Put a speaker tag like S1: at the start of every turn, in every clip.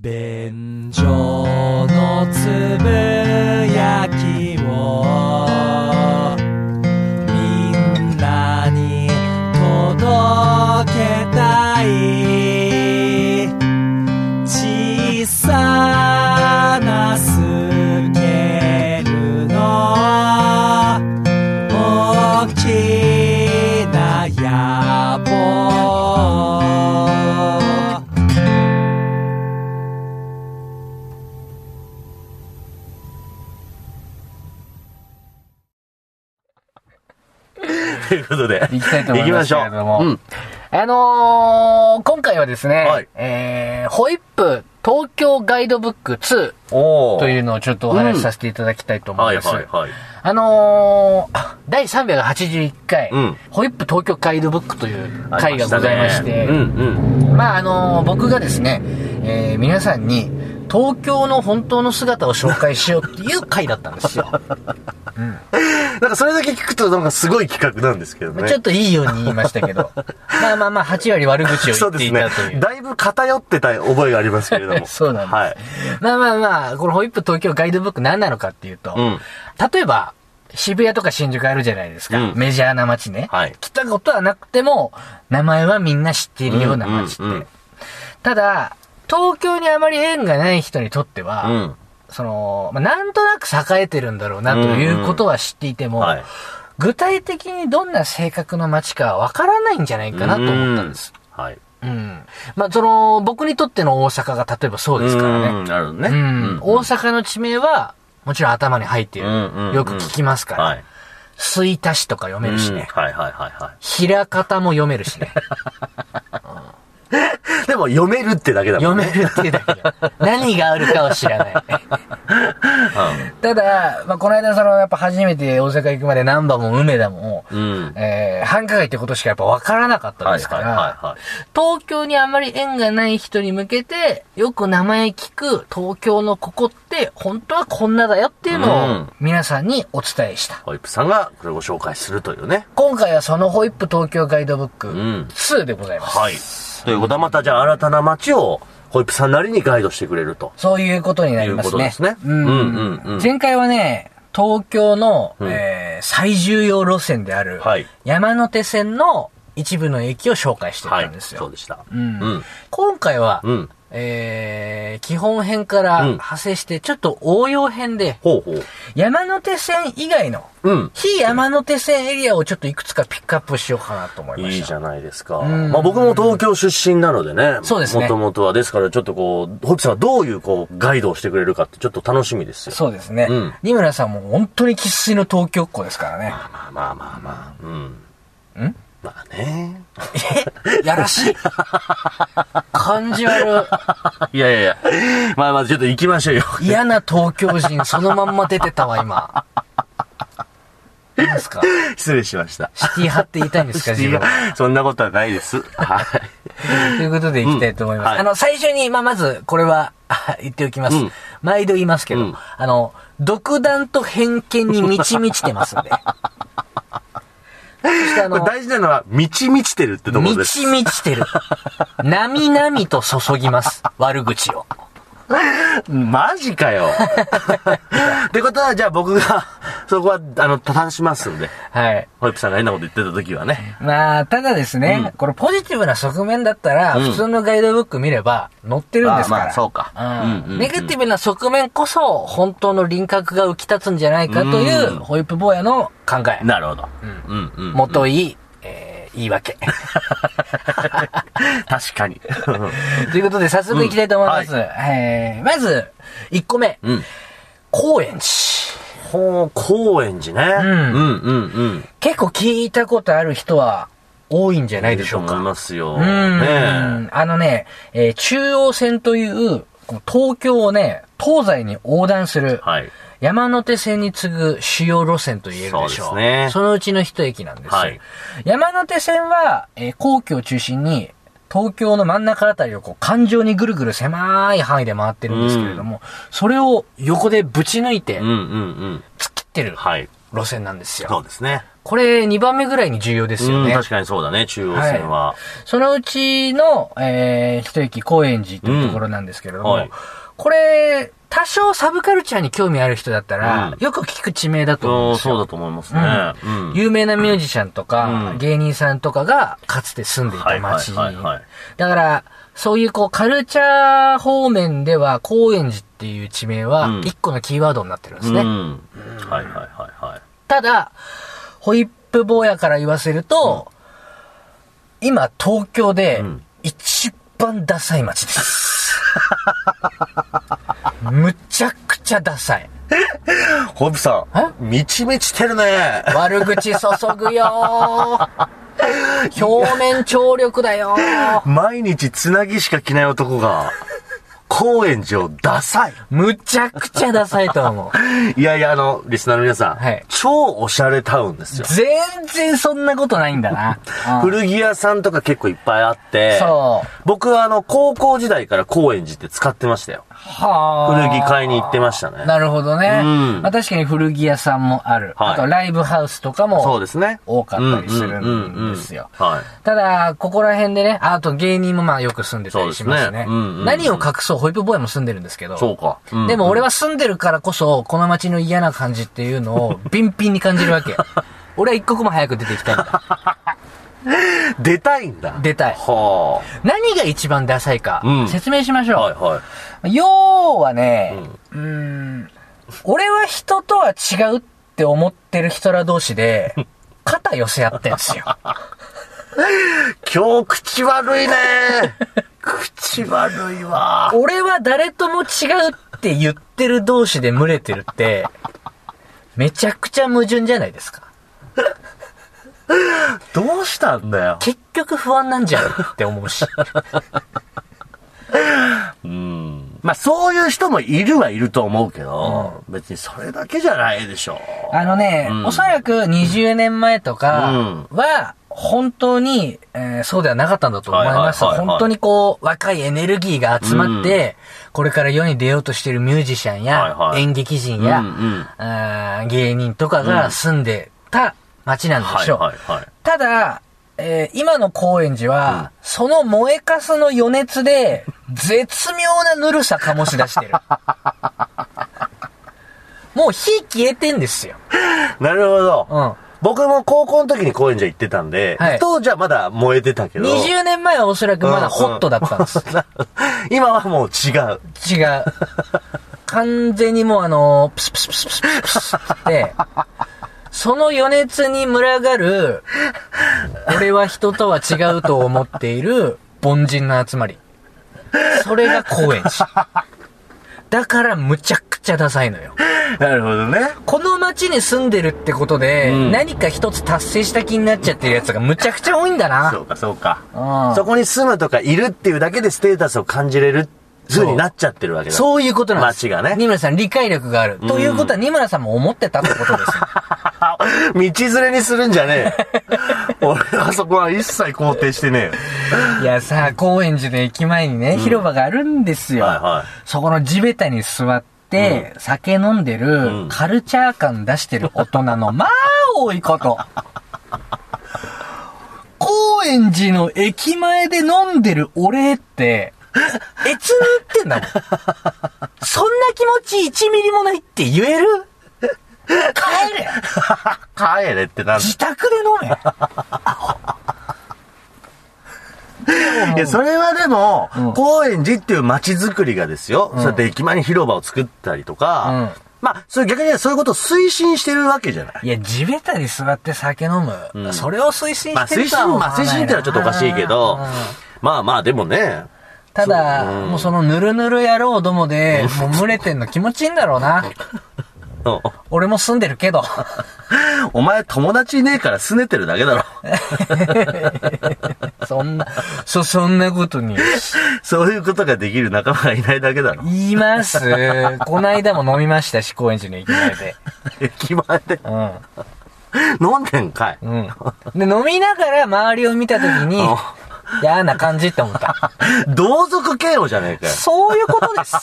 S1: 便所のつぶやきをみんなに届けたい小さなスケールの大きな野望
S2: ということで。
S3: 行きたいと思いますけれども。
S2: 行きましょう。
S3: あのー、今回はですね、
S2: はい
S3: えー、ホイップ東京ガイドブック2
S2: うん。おー
S3: というのをちょっとお話しさせていただきたいと思
S2: はいい
S3: ます。
S2: はいはい。
S3: あのーあ、第381回、
S2: うん
S3: ホイップ東京ガイドブックという回がございまして、
S2: ありまたねうん
S3: まああの僕がですね、えー皆さんに東京の本当の姿を紹介しようっていう回だったんですよ。
S2: うん。なんかそれだけ聞くとなんかすごい企画なんですけど ね。
S3: ちょっといいように言いました けど。まあまあまあ、8割悪口を
S2: そ
S3: 言
S2: う
S3: っ
S2: で
S3: て
S2: す
S3: い
S2: ね
S3: たという。。
S2: だいぶ偏ってた覚えがありますけれども。
S3: そうなんです
S2: はい。
S3: まあまあまあ、このホイップ東京ガイドブック何なのかっていうと、
S2: うん
S3: 例えば、渋谷とか新宿あるじゃないですか。
S2: うん
S3: メジャーな街ね、
S2: はい
S3: 来たことはなくても、名前はみんな知っているような街って。
S2: うんうんうん
S3: ただ、東京にあまり縁がない人にとっては、
S2: うん。
S3: その、まあ、なんとなく栄えてるんだろうなということは知っていても、
S2: はい。
S3: 具体的にどんな性格の街かわからないんじゃないかなと思ったんです。
S2: うん。はい。
S3: うん。まあ、その、僕にとっての大阪が例えばそうですからね。
S2: うんなるほどね。
S3: うん大阪の地名は、もちろん頭に入っている。
S2: うんうんうん
S3: よく聞きますから。
S2: はい。
S3: 吹田市とか読めるし
S2: うん
S3: ね。
S2: はいはいはいは
S3: 平方も読めるし
S2: い。
S3: ね。
S2: でも読めるってだけだも
S3: 読
S2: んね。
S3: めるってだけだ。何があるかは知らない。ただ、まあ、この間その、やっぱ初めて大阪行くまで難波も梅田も、
S2: うん。う ん。
S3: えー、繁華街ってことしかやっぱ分からなかったですか
S2: は
S3: ら、
S2: いはいはいはい
S3: 東京にあまり縁がない人に向けて、よく名前聞く東京のここって、本当はこんなだよっていう
S2: う
S3: のを
S2: ん、
S3: 皆さんにお伝えした。
S2: ホイップさんがこれをご紹介するというね。
S3: 今回はそのホイップ東京ガイドブック
S2: ん
S3: 2でございます。
S2: はい。ということはまたじゃあ新たな街をホイップさんなりにガイドしてくれると。
S3: そういうことになりますね。
S2: いうことですね
S3: うん
S2: うんうんうん
S3: 前回はね、東京の、
S2: ん
S3: えー最重要路線である、
S2: はい
S3: 山手線の一部の駅を紹介してい
S2: は
S3: た
S2: い
S3: ん。ですよ。
S2: そうでした。うんうん。
S3: 今回は、
S2: うん
S3: えー基本編から
S2: うん
S3: 派生して、ちょっと応用編で、
S2: ほうほう。
S3: 山手線以外の、
S2: うん。
S3: 非山手線エリアをちょっといくつかピックアップしようかなと思いました。
S2: いいじゃないですか。
S3: ん
S2: まあ僕も東京出身なのでね。
S3: そうですね
S2: もともとは。ですからちょっとこう、ホイップさんがどういうこう、ガイドをしてくれるかってちょっと楽しみですよ。
S3: そうですね。
S2: うん
S3: 二村さんも本当に生粋の東京っ子ですか らね。
S2: まあまあまあまあ。うん。
S3: ん
S2: まあ ね。
S3: やらしい。感じ悪
S2: いやいやいや。まあまあちょっと行きましょうよ。
S3: い。嫌な東京人そのまんま出てたわ、今。何ですか
S2: 失礼しました。
S3: シティ派って言いたいんですか、自分は。
S2: そんなことはないです。はい。
S3: ということでいきたいと思います。
S2: うんはい
S3: あの、最初に、まあ、まず、これは、 あ言っておきます。
S2: うん
S3: 毎度言いますけど、
S2: うん
S3: あの、独断と偏見に満ち満ち てますんで。そしてあ
S2: これ
S3: の、
S2: 大事なのは、満ち満ちてるってところ
S3: 満
S2: です。
S3: ち満ち てる。なみなみと注ぎます。悪口を。
S2: マジかよ。ってことは、じゃあ僕が、 そこは、あの、正しますんで。
S3: はい。
S2: ホイップさんが変なこと言ってた時はね。
S3: まあ、ただですね、これポジティブな側面だったら、
S2: ん
S3: 普通のガイドブック見れば載ってるんですから。
S2: あまあそうか
S3: うん
S2: うんうんうん
S3: ネガティブな側面こそ、本当の輪郭が浮き立つんじゃないかという、
S2: うん
S3: ホイップ坊やの考え。
S2: なるほど。うん、うん、うん。
S3: もとい、えー言い訳。
S2: 確かに。
S3: ということで、早速いきたいと思います。えーまず、1個目。
S2: うん。
S3: 高円寺。
S2: ほう、高円寺ね。うん、
S3: うん
S2: うん、うん。
S3: 結構聞いたことある人は、多いんじゃないでしょうか
S2: 思い。ますよ。
S3: う
S2: ね
S3: ん
S2: え。
S3: あのね、えー中央線という、この東京をね、東西に横断する、
S2: はい。
S3: 山手線に次ぐ主要路線と言えるでしょう。
S2: そうですね
S3: そのうちの一駅なんです。
S2: はい
S3: 山手線は、えー皇居を中心に、東京の真ん中あたりをこう、環状にぐるぐる狭い範囲で回ってるんですけれども、それを横でぶち抜いて
S2: うん、う、ん、うん。
S3: 突っ切ってる
S2: はい。
S3: 路線なんですよ。
S2: そうですね。
S3: これ2番目ぐらいに重要ですよ
S2: うん
S3: ね。
S2: 確かにそうだね、中央線は。
S3: そのうちの、えー、一駅高円寺というところなんですけれども、
S2: うんはい
S3: これ、多少サブカルチャーに興味ある人だったら、よく聞く地名だと思うん
S2: うん
S3: ですよ。
S2: そうだと思いますね。うん
S3: 有名なミュージシャンとか、
S2: うん
S3: 芸人さんとかがかつて住んでいた町に。
S2: はいはいはいはい
S3: だから、そういうこう、カルチャー方面では、高円寺っていう地名
S2: う
S3: は
S2: ん、
S3: 一個のキーワードになってるんです
S2: うん
S3: ね。
S2: はいはいはいはい。
S3: ただ、ホイップ坊やから言わせると、今、東京で
S2: ん、
S3: 一番ダサい街です。 むちゃくちゃダサい。
S2: ホイップさん、みちみちてるね。
S3: 悪口注ぐよー表面張力だよー
S2: 毎日つなぎしか着ない男が、高円寺をダサい。
S3: むちゃくちゃダサいと思う。
S2: いやいや、あの、リスナーの皆さん、
S3: はい
S2: 超おしゃれタウンですよ。
S3: 全然そんなことないんだな。うん
S2: 古着屋さんとか結構いっぱいあって、
S3: そう
S2: 僕はあの、高校時代から高円寺って使ってましたよ。
S3: はー
S2: 古着買いに行ってましたね。
S3: なるほどね。
S2: うん
S3: まあ確かに古着屋さんもある。
S2: はい
S3: あとライブハウスとかも
S2: そうですね。
S3: 多かったりする
S2: うんうんうん
S3: ん
S2: うん
S3: ですよ。
S2: はい。
S3: ただ、ここら辺でね、ああと芸人もまあよく住んでたりします
S2: そうで
S3: ね。
S2: すねうんうんうん
S3: 何を隠そう、ホイップボーイも住んでるんですけど。
S2: そうか。うん
S3: でも俺は住んでるからこそ、この街の嫌な感じっていうの を、ビンビンに感じるわけ。俺は一刻も早く出てきたいんだ。
S2: 出たいんだ。
S3: 出たい
S2: は
S3: 何が一番ダサいか
S2: うん、
S3: 説明しまし
S2: あ。
S3: ょ。
S2: はいうはい。
S3: 要はね、うーん、俺は人とは違うって思ってる人ら同士 で、肩寄せ合ってんすよ。
S2: 今日口悪いね。 口悪いわ。
S3: 俺は誰とも違うって言ってる同士で群れてるって、めちゃくちゃ矛盾じゃないですか。
S2: どうしたんだよ。
S3: 結局不安なんじゃんって思うし。
S2: うん。まあそういう人もいるはいると思うけど、別にそれだけじゃないでしょ。
S3: あのね、
S2: うん
S3: おそらく20年前とかは、本当に、えーそうではなかったんだと思います。
S2: はいはいはいはい
S3: 本当にこう、若いエネルギーが集まって、これから世に出ようとしているミュージシャンや、
S2: はいはい
S3: 演劇人
S2: うんう
S3: や、
S2: ん。
S3: あー芸人とかが住んでた街なんで
S2: はい
S3: しょう。
S2: はいはい。
S3: ただ、えー今の高円寺は、その燃えかすの余熱で、絶妙なぬるさ醸し出して る。もう火消えてんですよ。
S2: なるほど。
S3: うん。
S2: 僕も高校の時に高円寺行ってたんで、
S3: はい
S2: 当時はまだ燃えてたけど、
S3: 20年前はおそらくまだホットだったんです。
S2: 今はもう違う。
S3: 違う。完全にもうあのー、プスプスプスプスプスって、その余熱に群がる、俺は人とは違うと思っている凡人の集まり。それが高円寺。だからむちゃくちゃダサいのよ。
S2: なるほどね。
S3: この街に住んでるってことで、
S2: うん
S3: 何か一つ達成した気になっちゃってるやつがむちゃくちゃ多いんだな。
S2: そうかそうか。
S3: うん
S2: そこに住むとかいるっていうだけでステータスを感じれる風になっちゃってるわけだ。
S3: そういうことなんです。
S2: 街がね
S3: 二村さん理解力がある。ということは二村さんも思ってたってことですよ。
S2: あ 道連れにするんじゃねえ。 俺はそこは一切肯定してね
S3: いやさ、高円寺の駅前にね、広場があるんです
S2: え
S3: よ。
S2: よ。はいは
S3: そこの地べたに座って、酒飲んでる、
S2: ん
S3: カルチャー感出 してる大人の、まあ、多いこと。高円寺の駅前で飲んでる俺 って、えつに言ってんだもん。そんな気持ち1ミリもないって言える 帰れ
S2: い。帰れってなん
S3: 自宅で飲め
S2: いや、それはでも、
S3: うん
S2: 高円寺っていう街づくりがですよ、そうやって駅前に広場を作ったりとか、
S3: うん
S2: まあ、それ逆にそういうことを推進してるわけじゃない。
S3: いや、地べたに座って酒飲む。
S2: うん
S3: それを推進
S2: まあ、
S3: して
S2: 推
S3: ると
S2: 進
S3: は、思わ
S2: まあ、
S3: な
S2: 推
S3: いな
S2: 進ってのはちょっとおかしいけど
S3: うん、
S2: まあまあ、でもね、
S3: ただ、もうそのぬるぬる野郎どもで、もう群れてんの気持ちいいんだろうな。
S2: うん
S3: 俺も住んでるけど。
S2: お前友達いねえから拗ねてるだけだ ろ。
S3: そんな、そ、そんなことに。
S2: そういうことができる仲間がいないだけだ ろ。
S3: 言います。こないだも飲みましたし、高円寺の駅前で。
S2: 駅前で
S3: うん。
S2: 飲んでんかい。
S3: うん。で、飲みながら周りを見たとき に
S2: うん、
S3: 嫌な感じって思った。
S2: 同族嫌悪じゃねえかよ。
S3: そういうことです。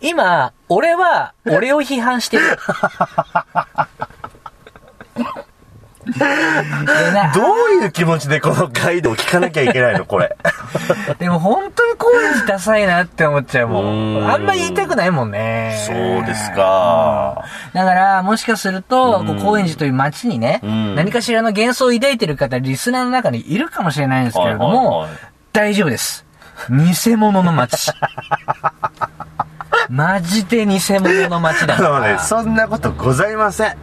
S3: 今、俺は、俺を批判してる。でな
S2: どういう気持ちでこのガイドを聞かなきゃいけないのこれ。
S3: でも本当に高円寺ダサいなって思っちゃうも。
S2: うんん
S3: あんま言いたくないもんね。
S2: そうですか
S3: うん。だから、もしかすると、こう高円寺という街にね、
S2: ん
S3: 何かしらの幻想を抱いてる方、リスナーの中にいるかもしれないんですけれど
S2: はい
S3: も
S2: はいはい、
S3: 大丈夫です。偽物 の街。マジで偽物の街だ
S2: あ
S3: か
S2: の
S3: ら
S2: ね、そんなことございません。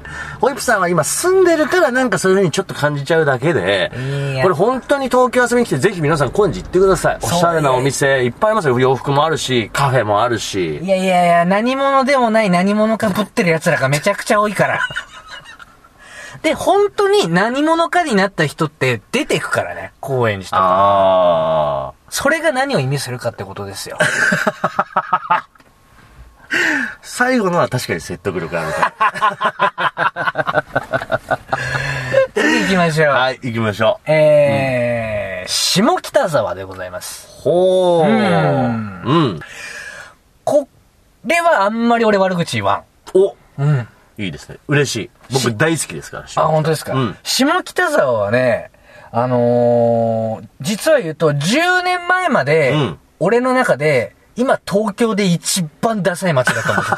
S2: ホイップさんは今住んでるからなんかそういう風にちょっと感じちゃうだけで
S3: いや、
S2: これ本当に東京遊びに来てぜひ皆さん高円寺行ってください。お
S3: そう
S2: しゃれなお店いっぱいありますよ。洋服もあるし、カフェもあるし
S3: い。やいやいや、何者でもない何者かぶってる奴らがめちゃくちゃ多いから。で、本当に何者かになった人って出てくからね、公演した。
S2: あ
S3: それが何を意味するかってことですよ。
S2: あ。最後のは確かに説得力あるか
S3: 次行きましょう。
S2: ら。 はい、行きましょう。
S3: えー、下北沢でございます。
S2: ほー。
S3: うん
S2: うん。
S3: これはあんまり俺悪口言わ
S2: お、
S3: ん。うん。
S2: いいですね。嬉しい。僕大好きですから。
S3: あ、本当ですか、
S2: うん
S3: 下北沢はね、あのー実は言うと、10年前まで、
S2: うん
S3: 俺の中で、今東京で一番ダサい街だと 思ってた。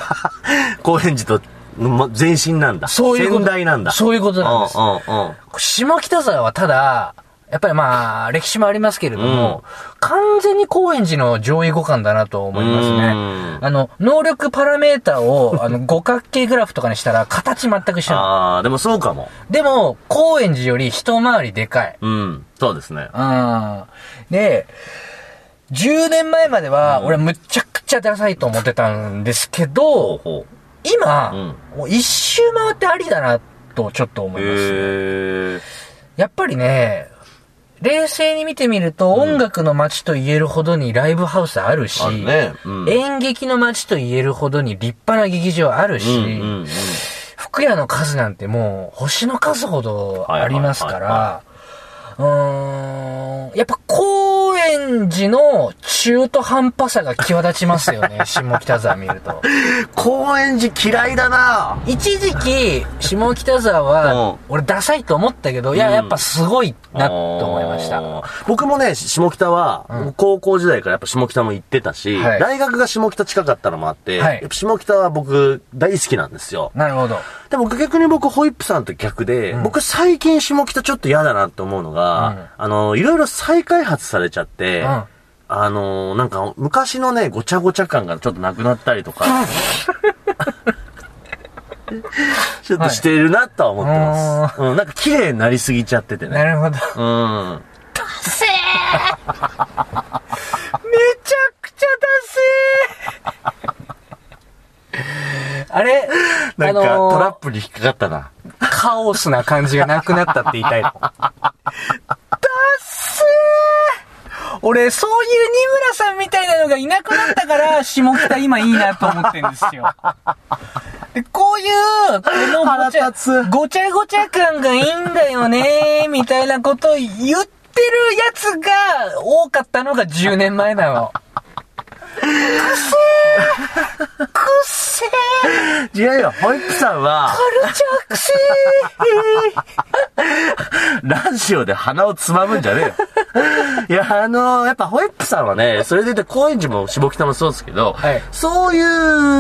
S2: 高円寺と、ま前身なんだ。
S3: そういうこと
S2: 先代なんだ。
S3: そういうことなんです
S2: うんうんうん。
S3: 下北沢はただ、やっぱりまあ、歴史もありますけれども、完全に高円寺の上位互換だなと思いますね。
S2: うん
S3: あの、能力パラメータを、あの、五角形グラフとかにしたら形全く一緒なの。
S2: ああ、でもそうかも。
S3: でも、高円寺より一回りでかい。
S2: うん。そうですね。
S3: うん。で、10年前までは、俺むちゃくちゃダサいと思ってたんですけ
S2: ほう
S3: ど、
S2: ほ
S3: 今、
S2: う
S3: もう一周回ってありだな、とちょっと思
S2: う。
S3: います。
S2: へえ。
S3: やっぱりね、冷静に見てみると、音楽の街と言えるほどにライブハウスあるし、
S2: あるね。うん。
S3: 演劇の街と言えるほどに立派な劇場あるし、
S2: うんうんうん。
S3: 服屋の数なんてもう星の数ほどありますか
S2: は
S3: ら、うーん、やっぱ高円寺の中途半端さが際立ちますよ ね、下北沢見ると。
S2: 高円寺嫌いだな
S3: 一時期、下北沢
S2: うん
S3: は、俺ダサいと思ったけど、いや、
S2: うん
S3: やっぱすごいなと思いました。
S2: あー僕もね、下北は、高校時代からやっぱ下北も行ってたし、
S3: はい
S2: 大学が下北近かったのもあって、
S3: はい
S2: やっぱ下北は僕大好きなんですよ。
S3: なるほど。
S2: でも逆に僕、ホイップさんと逆で、僕最近下北ちょっと嫌だなって思うのが、あの、いろいろ再開発されちゃって、
S3: うん
S2: あの、なんか昔のね、ごちゃごちゃ感がちょっとなくなったりとか、 ちょっとしてるなとは思ってます。うん、なんか綺麗になりすぎちゃってて
S3: な
S2: ね。
S3: るほど。め
S2: うん。
S3: ちゃくちゃ ダセーあれ
S2: な
S3: あ
S2: んか、トラッ
S3: の
S2: プに引っかかったな。
S3: ー、カオスな感じがなくなったって言いたいの。ダッセー俺、そういう二村さんみたいなのがいなくなったから、下北今いいなと思ってんですよ。でこういう、このごち
S2: 腹
S3: ゃ
S2: 立つ
S3: ごちゃごちゃ感がいいんだよねみたいなことを言ってるやつが多かったのが10年前なの。く せーくせー
S2: 違うよ、ホイップさん は、
S3: カルチャーくせ
S2: ラジオで鼻をつまむんじゃね えよ。いや、あのやっぱホイップさんはね、それでいて高円寺も下北もそうですけど、
S3: はい
S2: そうい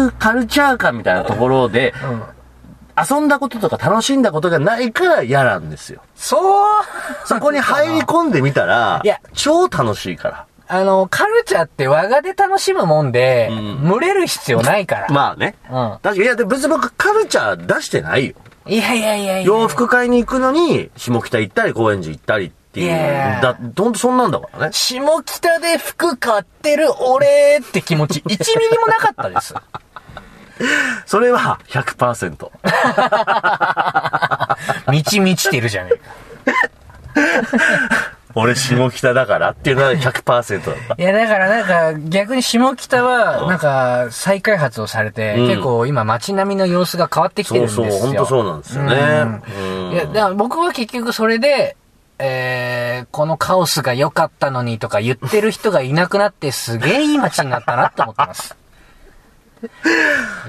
S2: うカルチャー感みたいなところで、
S3: ー、うん、
S2: 遊んだこととか楽しんだことがないから嫌なんですよ。
S3: そう
S2: そこに入り込んでみたら、
S3: いや
S2: 超楽しいから。
S3: あの、カルチャーって我がで楽しむもんで、
S2: ん
S3: 群れる必要ないから。
S2: まあね。
S3: うん
S2: 確かに、いや、で別に僕カルチャー出してないよ。
S3: いやいやいやいや。
S2: 洋服買いに行くのに、下北行ったり、高円寺行ったりっていう。
S3: いや
S2: だ、ほんとそんなんだからね。
S3: 下北で服買ってる俺って気持ち、1ミ リもなかったです。
S2: それは100%。
S3: 満ち満ちてるじゃねえか。
S2: 俺下北だからっていうのは100%だった。
S3: いや、だからなんか、逆に下北は、なんか、再開発をされて、
S2: うん
S3: 結構今街並みの様子が変わってきてる
S2: そ
S3: ん
S2: う
S3: ですよ。
S2: そう、本当そうなんですよね。
S3: いや、だから僕は結局それで、えー、このカオスが良かった のにとか言ってる人がいなくなってすげえいい街になったなって思ってます。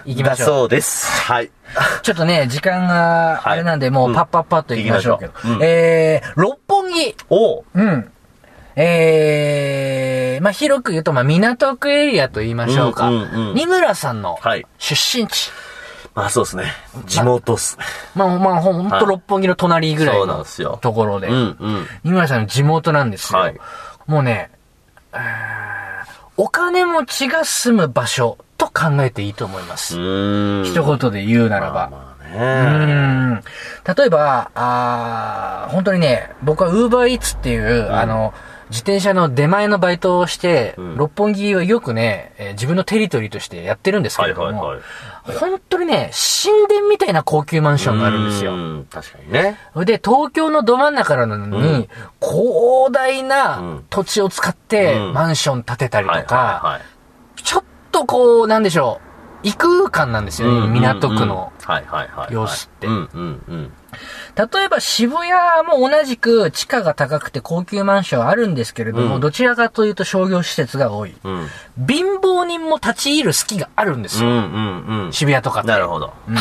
S3: 行きまし
S2: だ
S3: ょう。
S2: そうです。はい。
S3: ちょっとね、時間があれなんで、
S2: はい
S3: も
S2: う
S3: うんパッパッパッと行きましょうけど
S2: 行きましょう。うん
S3: えー、六本木。
S2: おう
S3: うん。えー、まあ、広く言うと、まあ、港区エリアと言いましょうか。
S2: うんうんうん
S3: 三村さんの
S2: はい
S3: 出身地。
S2: まあそうですね。地元っすね。
S3: まあ、まあ、ほん
S2: はい
S3: と六本木の隣ぐら
S2: そ
S3: いう
S2: なん
S3: の
S2: ですよ
S3: ところで。
S2: うんうん。
S3: 三村さんの地元なんですよ。
S2: はい
S3: もうね、えーお金持ちが住む場所と考えていいと思いま
S2: う
S3: す。
S2: ーん。
S3: 一言で言うなら
S2: ま
S3: ば。
S2: あ
S3: う
S2: ね。
S3: ーん例えば、あー本当にね、僕は UberEats っていう、あの、自転車の出前のバイトをして、
S2: ん
S3: 六本木はよくね、えー自分のテリトリーとしてやってるんですけ
S2: は
S3: れ
S2: い
S3: ども、
S2: はいはい。
S3: 本当にね、神殿みたいな高級マンションがあるんですよ。
S2: うん。確かにね。
S3: で、東京のど真ん中なのに、
S2: うん
S3: 広大
S2: う
S3: なん土地を使って
S2: うん
S3: マンション建てたりとか、
S2: はいはいはい。
S3: ちょっとこう、なんでしょう、異空間なんですよね、港区の。
S2: うんうんうん、はいはいはいはい。
S3: 様子って
S2: うんうんうん。
S3: 例えば渋谷も同じく地価が高くて高級マンションあるんですけれども、
S2: うん
S3: どちらかというと商業施設が多い。
S2: うん。
S3: 貧乏人も立ち入る隙があるんです
S2: う
S3: よ。
S2: んうんうん。
S3: 渋谷とかって。
S2: なるほど。
S3: うん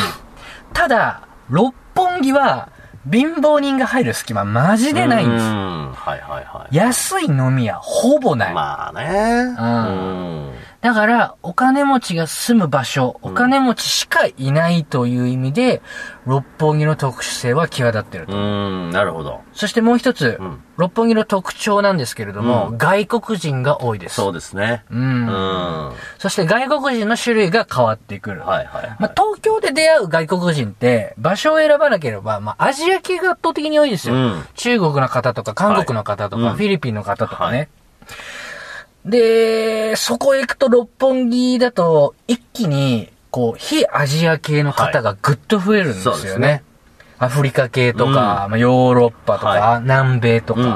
S3: ただ、六本木は貧乏人が入る隙間マジでないんです。
S2: うん。はいはいはい。
S3: 安い飲み屋ほぼない。
S2: まあね。
S3: うん
S2: うん。
S3: だから、お金持ちが住む場所、お金持ちしかいないという意味で、六本木の特殊性は際立ってると
S2: うん、なるほど。
S3: そしてもう一つ、
S2: うん
S3: 六本木の特徴なんですけれども、
S2: うん
S3: 外国人が多いです。
S2: そうですね。
S3: う。
S2: うんん。は
S3: そして外国人の種類が変わってくる。
S2: いはいはい。
S3: まあ、東京で出会う外国人って、場所を選ばなければ、まあ、アジア系が圧倒的に多いですよ。
S2: うん
S3: 中国の方とか、韓国の方とか、
S2: はいうん
S3: フィリピンの方とかね。で、そこへ行くと六本木だと、一気に、こう、非アジア系の方がぐっと増えるんですよ
S2: そう
S3: ね。
S2: ですね
S3: アフリカ系とか、
S2: うん
S3: まあ、ヨーロッパとか、
S2: は
S3: 南米とか。
S2: うん。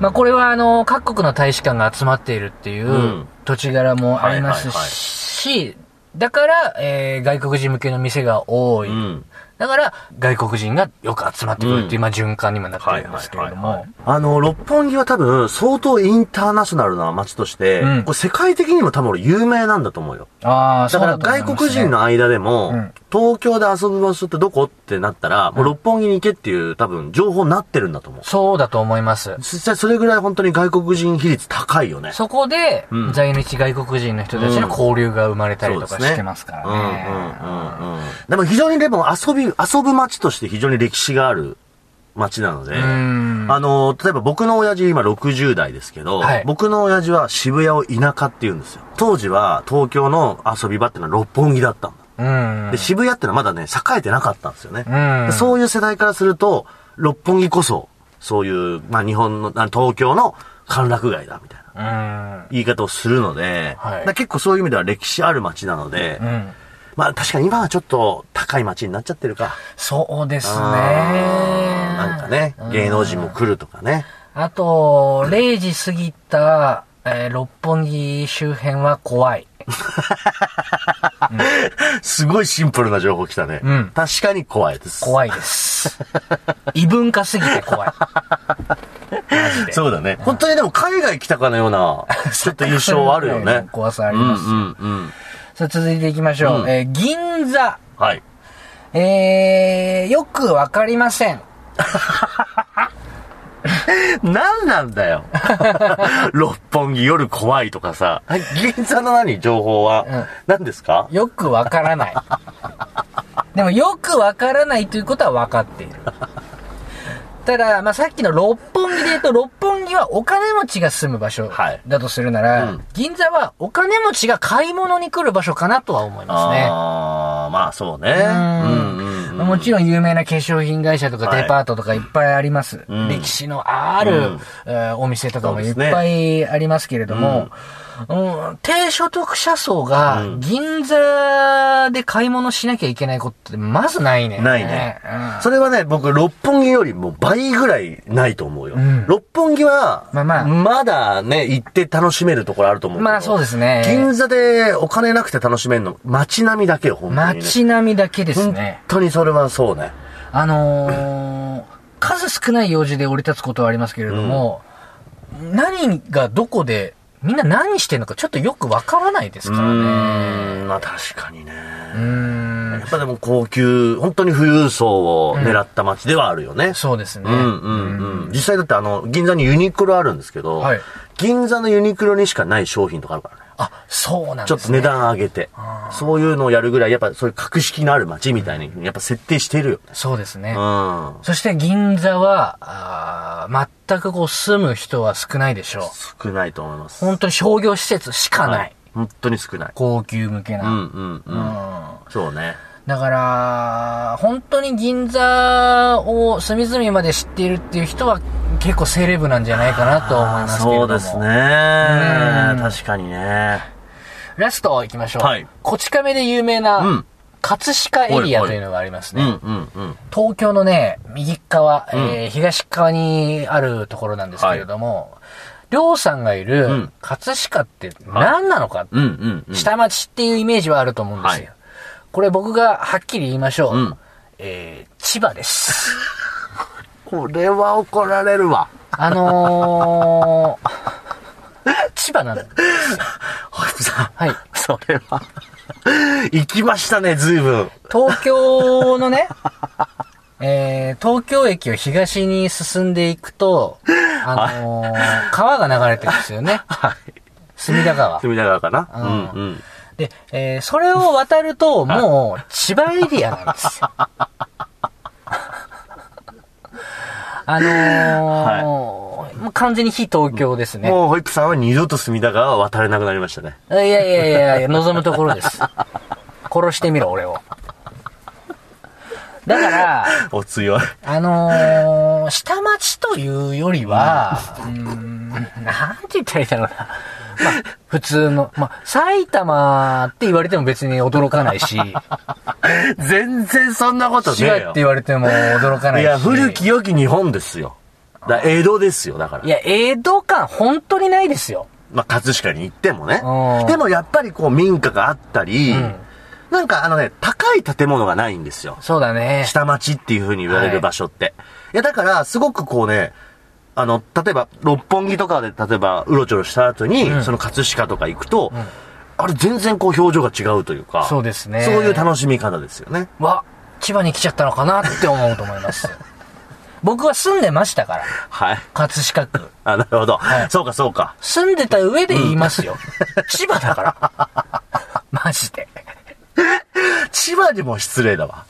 S3: まあ、これはあの、各国の大使館が集まっているっていう
S2: うん
S3: 土地柄もありますし、だから、えー外国人向けの店が多い。
S2: うん。
S3: だから、外国人がよく集まってくるってい
S2: う
S3: う、
S2: ん
S3: まあ、循環にもなってるんですけれ
S2: はい
S3: ど
S2: はい
S3: も
S2: は。あの、六本木は多分、相当インターナショナルな街として、
S3: うん
S2: これ世界的にも多分俺有名なんだと思うよ。
S3: ああ、そ
S2: だから
S3: うだと思います、
S2: 外
S3: ね。
S2: 国人の間でも、
S3: うん
S2: 東京で遊ぶ場所ってどこってなったら、もう六本木に行けっていう多分情報になってるんだと思う。
S3: そうだと思います。
S2: 実際それぐらい本当に外国人比率高いよね。
S3: そこで、
S2: うん
S3: 在日外国人の人たちの交流が生まれたりとかしてますから
S2: うん
S3: ね。
S2: うんうんうん。でも非常にでも遊び、遊ぶ街として非常に歴史がある街なので、
S3: ん
S2: あの、例えば僕の親父今60代ですけど、
S3: はい
S2: 僕の親父は渋谷を田舎って言うんですよ。当時は東京の遊び場ってのは六本木だったんだ。
S3: うん。
S2: で、渋谷ってのはまだね、栄えてなかったんですよね。
S3: うん
S2: でそういう世代からすると、六本木こそ、そういう、まあ日本の、あ東京の歓楽街だ、みたいな
S3: うん。
S2: 言い方をするので、
S3: はい
S2: だから結構そういう意味では歴史ある街なので、
S3: うん。
S2: まあ確かに今はちょっと高い街になっちゃってるか。
S3: そうですね。
S2: あーなんかね
S3: う、
S2: 芸能人も来るとかね。
S3: あと、0時過ぎた、えー六本木周辺は怖い。
S2: すごいシンプルな情報来たね。
S3: うん
S2: 確かに怖いです。い。
S3: 怖いです。異文化すぎて怖い。マジで。
S2: そうだね。本当にでも海外来たかのような、ちょっと印象はあるよね。
S3: 怖さあります。
S2: うんうんうん。
S3: さあ続いていきましょう。
S2: うん
S3: えー銀座。
S2: はい。
S3: えー、よくわかりません。
S2: 何なんだよ。六本木夜怖いとかさ。銀座の何情報は、
S3: ん
S2: 何ですか
S3: よくわからない。 でも、よくわからないということは分かっている。ただ、まあ、さっきの六本木で言うと、六本木はお金持ちが住む場所
S2: はい
S3: だとするなら、
S2: うん
S3: 銀座はお金持ちが買い物に来る場所かなとは思いますね。
S2: あーまあそうね。
S3: ん
S2: うん
S3: もちろん有名な化粧品会社とか
S2: はい
S3: デパートとかいっぱいあります。
S2: うん
S3: 歴史のある、
S2: うん
S3: えーお店とかもいっ
S2: そう
S3: ぱいありますけれども、うん低所得者層が
S2: うん
S3: 銀座で買い物しなきゃいけないことってまずないね。
S2: ないね
S3: うん
S2: それはね、僕、六本木よりも倍ぐらいないと思うよ。
S3: うん
S2: 六本木は、
S3: まあまあ
S2: まだね、行って楽しめるところあると思うけど。
S3: まあそうですね。
S2: 銀座でお金なくて楽しめるの、街並みだけよ、本当に、ね。
S3: 街並みだけです
S2: 本
S3: ね。
S2: 当にそれはそうね。
S3: あのー数少ない用事で降り立つことはありますけれども、何がどこでみんな何してんのかちょっとよくわからないです
S2: う
S3: からね。
S2: ーん、まあ確かにね。
S3: うー
S2: や
S3: ん。
S2: っぱでも高級、本当に富裕層を狙った街ではあるよね。
S3: そうですね。
S2: うんうんうん。実際だってあの、銀座にユニクロあるんですけど、
S3: はい
S2: 銀座のユニクロにしかない商品とかあるからね。
S3: あ、そうなん
S2: ちょ
S3: で
S2: っと
S3: すね。
S2: 値段上げて、そういうのをやるぐらい、やっぱそういう格式のある街みたいに、やっぱ設定してるよね。
S3: そうですね。
S2: うん。
S3: そして銀座は、あー全くこう住む人は少ないでしょう。
S2: 少ないと思います。
S3: 本当に商業施設しかない。
S2: はい本当に少ない。
S3: 高級向けな。
S2: うんうんうん。そうね。
S3: だから、本当に銀座を隅々まで知っているっていう人は結構セレブなんじゃないかなと思いますけれど
S2: そう
S3: も。
S2: ですね。確かにね。
S3: ラスト行きましょう。
S2: はい
S3: こち亀で有名
S2: う、
S3: なん葛飾エリアというのがあります
S2: う
S3: ね。
S2: んうんうん。
S3: 東京のね、右側、えー東側にあるところなんですけれども、りょうさんがいる
S2: ん
S3: 葛飾って何なのか、
S2: うんうんうん。
S3: 下町っていうイメージはあると思うんですよ。
S2: はい
S3: これ僕がはっきり言いましょう。
S2: うん
S3: えー千葉です。
S2: これは怒られる わ。
S3: あのー、 千葉なんだ。
S2: ホイップさん。
S3: はい。
S2: それは。行きましたね、随分。
S3: 東京のね、 えー、東京駅を東に進んでいくと、あのー、川が流れてるんです よね。隅田川。
S2: 隅田川かな。
S3: ん
S2: うんうん。
S3: で、えー、それを渡ると、もう、千葉エリアなん ですよ。あのー、もう完全に非東京ですね。
S2: もうホイップさんは二度と隅田川は渡れなくなりましたね。
S3: いやいやいやいや、望むところです。殺してみろ、俺を。だから、
S2: お強い。
S3: あのー、下町というよ りは、うーん、なんて言ったらいいんだろうな。まあ、普通の、まあ、埼玉って言われても別に驚かな いし、
S2: 全然そんなことねえ
S3: 滋賀って
S2: よ。
S3: 言われても驚かないし。
S2: いや、古き良き日本ですよ。だ江戸ですよ、だから
S3: い。や、江戸感本当にないですよ。
S2: まあ、葛飾に行ってもね
S3: うん。
S2: でもやっぱりこう民家があったり、
S3: ん
S2: なんかあのね、高い建物がないんですよ。
S3: そうだね。
S2: 下町っていう風に言われ
S3: は
S2: る
S3: い
S2: 場所って。い、や、だから、すごくこうね、あの、例えば、六本木とかで、例えば、うろちょろした後に、
S3: うん
S2: その葛飾とか行くと、あれ、全然こう、表情が違うというか、
S3: そうですね
S2: そういう楽しみ方ですよね。
S3: わ、千葉に来ちゃったのかなって思うと思い ます。僕は住んでましたから、
S2: はい。
S3: 葛飾区。
S2: あ、なるほど。
S3: はい
S2: そうか、そうか。
S3: 住んでた上で言いますよ。千葉だから。 マジで。
S2: 千葉にも失礼だわ。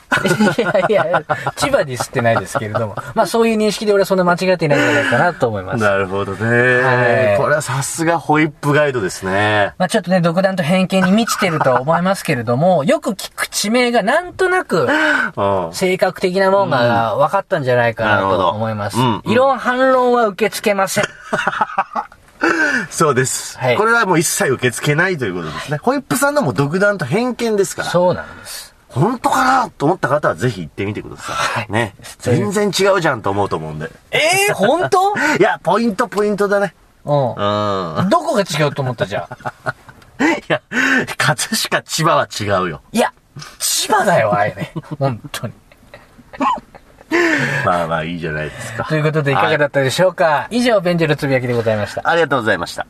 S3: いやいや、千葉に吸ってないですけれども。まあそういう認識で俺はそんな間違っていないんじゃないかなと思いま す。
S2: なるほどね。
S3: はい
S2: これはさすがホイップガイドですね。
S3: まあちょっとね、独断と偏見に満ちてるとは思いますけれども、 よく聞く地名がなんとなく
S2: うん。
S3: 性格的なもんが分かったんじゃないかなと思います
S2: なるほ。どうん
S3: 異論反論は受け付けません。
S2: そうです、
S3: はい
S2: これはもう一切受け付けないということですね。ホイップさんのもう独断と偏見ですから。
S3: そうなんです。
S2: 本当かなと思った方はぜひ行ってみてください。
S3: はい
S2: ね。全然違うじゃんと思うと思うんで。
S3: ええ本当
S2: いや、ポイントポイントだね。うん。
S3: う
S2: いや、
S3: ん。どこが違うと思ったじゃあ。
S2: 葛飾千葉は違うよ。
S3: いや、千葉だよ、あれね。本当に。
S2: まあまあいいじゃないですか。
S3: ということでいかがだったでしょうか、以上、ベンジェルつぶやきでございました。
S2: ありがとうございました。